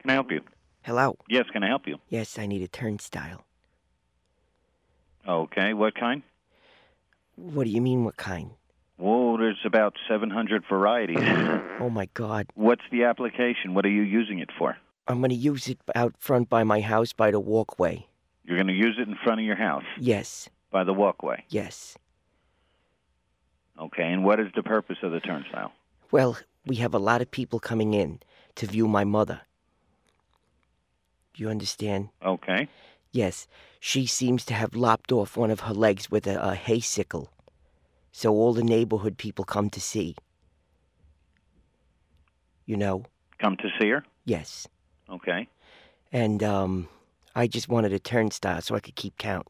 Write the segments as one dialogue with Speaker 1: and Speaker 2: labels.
Speaker 1: can I help you?
Speaker 2: Hello.
Speaker 1: Yes, can I help you?
Speaker 2: Yes, I need a turnstile.
Speaker 1: Okay, what kind?
Speaker 2: What do you mean, what kind?
Speaker 1: Whoa, there's about 700 varieties.
Speaker 2: Oh my God.
Speaker 1: What's the application? What are you using it for?
Speaker 2: I'm going to use it out front by my house by the walkway.
Speaker 1: You're going to use it in front of your house
Speaker 2: Yes,
Speaker 1: by the walkway.
Speaker 2: yes.
Speaker 1: Okay, and what is the purpose of the turnstile?
Speaker 2: Well, we have a lot of people coming in to view my mother. You understand?
Speaker 1: Okay.
Speaker 2: Yes, she seems to have lopped off one of her legs with a, a hay sickle. So all the neighborhood people come to see. You know?
Speaker 1: Come to see her?
Speaker 2: Yes.
Speaker 1: Okay.
Speaker 2: And um, I just wanted a turnstile so I could keep count.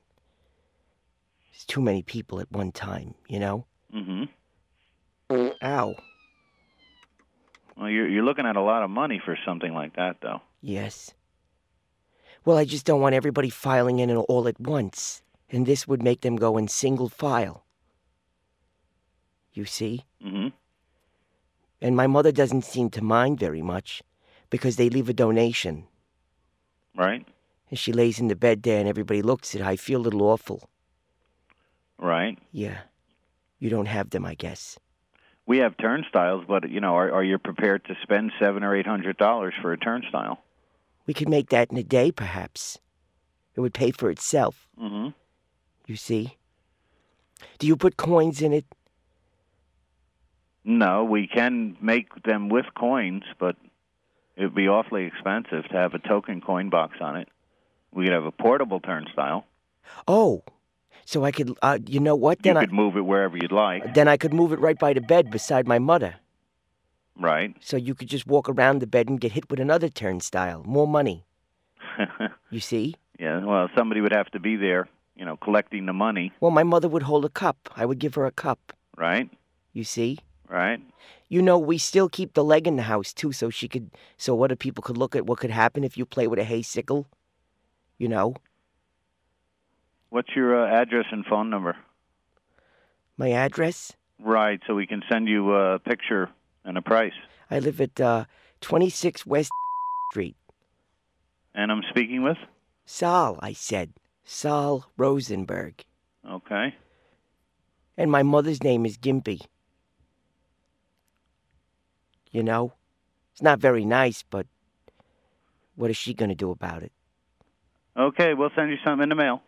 Speaker 2: There's too many people at one time, you know?
Speaker 1: Mm-hmm.
Speaker 2: Ow.
Speaker 1: Well, you're, you're looking at a lot of money for something like that, though.
Speaker 2: Yes. Well, I just don't want everybody filing in and all at once. And this would make them go in single file. You see?
Speaker 1: Mm-hmm.
Speaker 2: And my mother doesn't seem to mind very much because they leave a donation.
Speaker 1: Right?
Speaker 2: And she lays in the bed there and everybody looks at her. I feel a little awful.
Speaker 1: Right.
Speaker 2: Yeah. You don't have them, I guess.
Speaker 1: We have turnstiles, but you know, are, are you prepared to spend seven or eight hundred dollars for a turnstile?
Speaker 2: We could make that in a day, perhaps. It would pay for itself,
Speaker 1: Mm-hmm.
Speaker 2: you see? Do you put coins in it?
Speaker 1: No, we can make them with coins, but it'd be awfully expensive to have a token coin box on it. We could have a portable turnstile.
Speaker 2: Oh, so I could, uh, you know what?
Speaker 1: You
Speaker 2: Then I.
Speaker 1: could move it wherever you'd like.
Speaker 2: Then I could move it right by the bed beside my mother.
Speaker 1: Right.
Speaker 2: So you could just walk around the bed and get hit with another turnstile. More money. You see?
Speaker 1: yeah. Well, somebody would have to be there, you know, collecting the money.
Speaker 2: Well, my mother would hold a cup. I would give her a cup.
Speaker 1: Right.
Speaker 2: You see?
Speaker 1: Right.
Speaker 2: You know, we still keep the leg in the house too, so she could, so other people could look at what could happen if you play with a hay sickle. You know,
Speaker 1: What's your uh, address and phone number?
Speaker 2: my address.
Speaker 1: Right. So we can send you a picture and a price.
Speaker 2: I live at uh, 26 West Street.
Speaker 1: And I'm speaking with.
Speaker 2: Sal, I said. Sal Rosenberg.
Speaker 1: Okay.
Speaker 2: And my mother's name is Gimpy. You know? It's not very nice, but what is she going to do about it?
Speaker 1: Okay. We'll send you something in the mail.